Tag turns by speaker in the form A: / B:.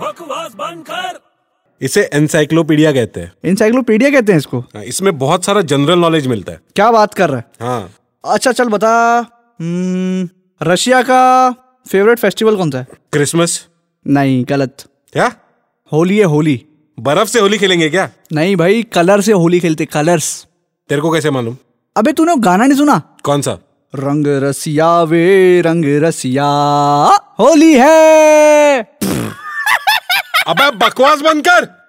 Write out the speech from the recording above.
A: बकवास बंद कर
B: इसे एनसाइक्लोपीडिया कहते हैं
C: इंसाइक्लोपीडिया कहते हैं इसको
B: हाँ, इसमें बहुत सारा जनरल नॉलेज मिलता है
C: क्या बात कर रहा है
B: हाँ
C: अच्छा चल बता हम्म, रशिया का फेवरेट फेस्टिवल कौन सा है
B: क्रिसमस
C: नहीं गलत
B: क्या
C: होली है होली
B: बर्फ से होली खेलेंगे क्या
C: नहीं भाई कलर से होली खेलते कलर्स
B: तेरे को कैसे मालूम
C: अबे तूने वो गाना नहीं सुना
B: कौन सा
C: रंग रसिया वे रंग रसिया होली है
B: अबे बकवास बंद कर